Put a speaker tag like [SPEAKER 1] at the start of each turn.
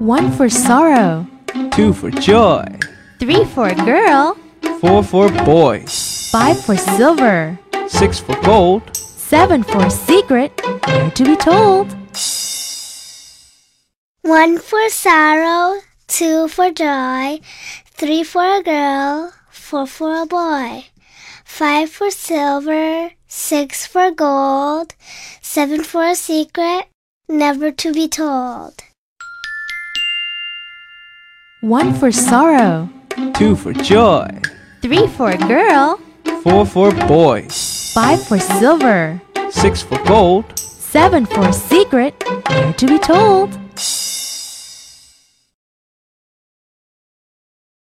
[SPEAKER 1] One for sorrow,
[SPEAKER 2] two for joy,
[SPEAKER 1] three for a girl,
[SPEAKER 2] four for boys,
[SPEAKER 1] five for silver,
[SPEAKER 2] six for gold.
[SPEAKER 1] seven for secret, ne'er to be told.
[SPEAKER 3] One for sorrow, two for joy, three for a girl, four for a boy, five for silver, six for gold, seven for a secret, never to be told.
[SPEAKER 1] One for sorrow,
[SPEAKER 2] Two for joy,
[SPEAKER 1] three for a girl,
[SPEAKER 2] four for boys,
[SPEAKER 1] five for silver,
[SPEAKER 2] six for gold.
[SPEAKER 1] seven for secret, ne'er to be told.